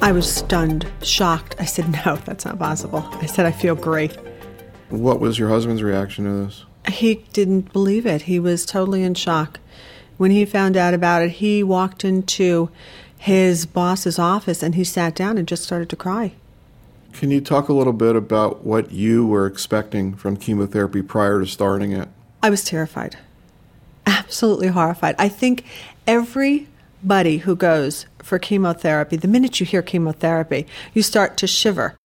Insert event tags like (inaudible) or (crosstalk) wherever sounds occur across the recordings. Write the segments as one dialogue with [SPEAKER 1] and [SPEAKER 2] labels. [SPEAKER 1] I was stunned, shocked. I said, (laughs) No, that's not possible. I said, I feel great.
[SPEAKER 2] What was your husband's reaction to this?
[SPEAKER 1] He didn't believe it. He was totally in shock. When he found out about it, he walked into his boss's office and he sat down and just started to cry.
[SPEAKER 2] Can you talk a little bit about what you were expecting from chemotherapy prior to starting it?
[SPEAKER 1] I was terrified, absolutely horrified. I think everybody who goes for chemotherapy, the minute you hear chemotherapy, you start to shiver.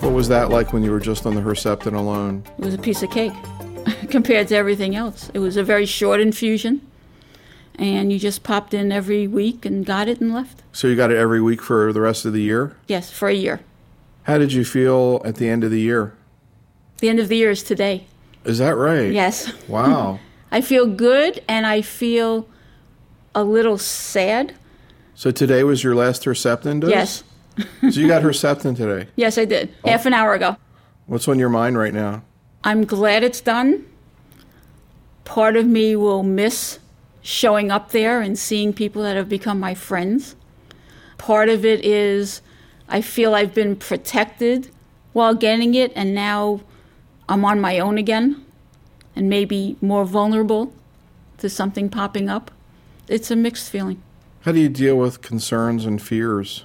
[SPEAKER 2] What was that like when you were just on the Herceptin alone?
[SPEAKER 3] It was a piece of cake (laughs) compared to everything else. It was a very short infusion, and you just popped in every week and got it and left.
[SPEAKER 2] So you got it every week for the rest of the year?
[SPEAKER 3] Yes, for a year.
[SPEAKER 2] How did you feel at the end of the year?
[SPEAKER 3] The end of the year is today.
[SPEAKER 2] Is that right?
[SPEAKER 3] Yes. (laughs)
[SPEAKER 2] Wow.
[SPEAKER 3] I feel good and I feel a little sad.
[SPEAKER 2] so today was your last Herceptin dose?
[SPEAKER 3] Yes.
[SPEAKER 2] so you got Herceptin today.
[SPEAKER 3] Yes, I did. Half an hour ago.
[SPEAKER 2] What's on your mind right now?
[SPEAKER 3] I'm glad it's done. Part of me will miss showing up there and seeing people that have become my friends. Part of it is I feel I've been protected while getting it, and now I'm on my own again and maybe more vulnerable to something popping up. It's a mixed feeling.
[SPEAKER 2] How do you deal with concerns and fears?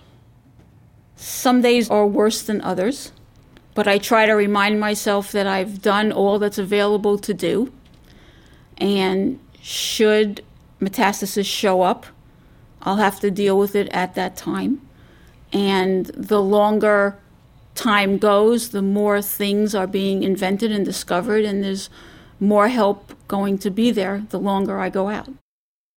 [SPEAKER 3] Some days are worse than others, but I try to remind myself that I've done all that's available to do. And should metastasis show up, I'll have to deal with it at that time. And the longer time goes, the more things are being invented and discovered, and there's more help going to be there the longer I go out.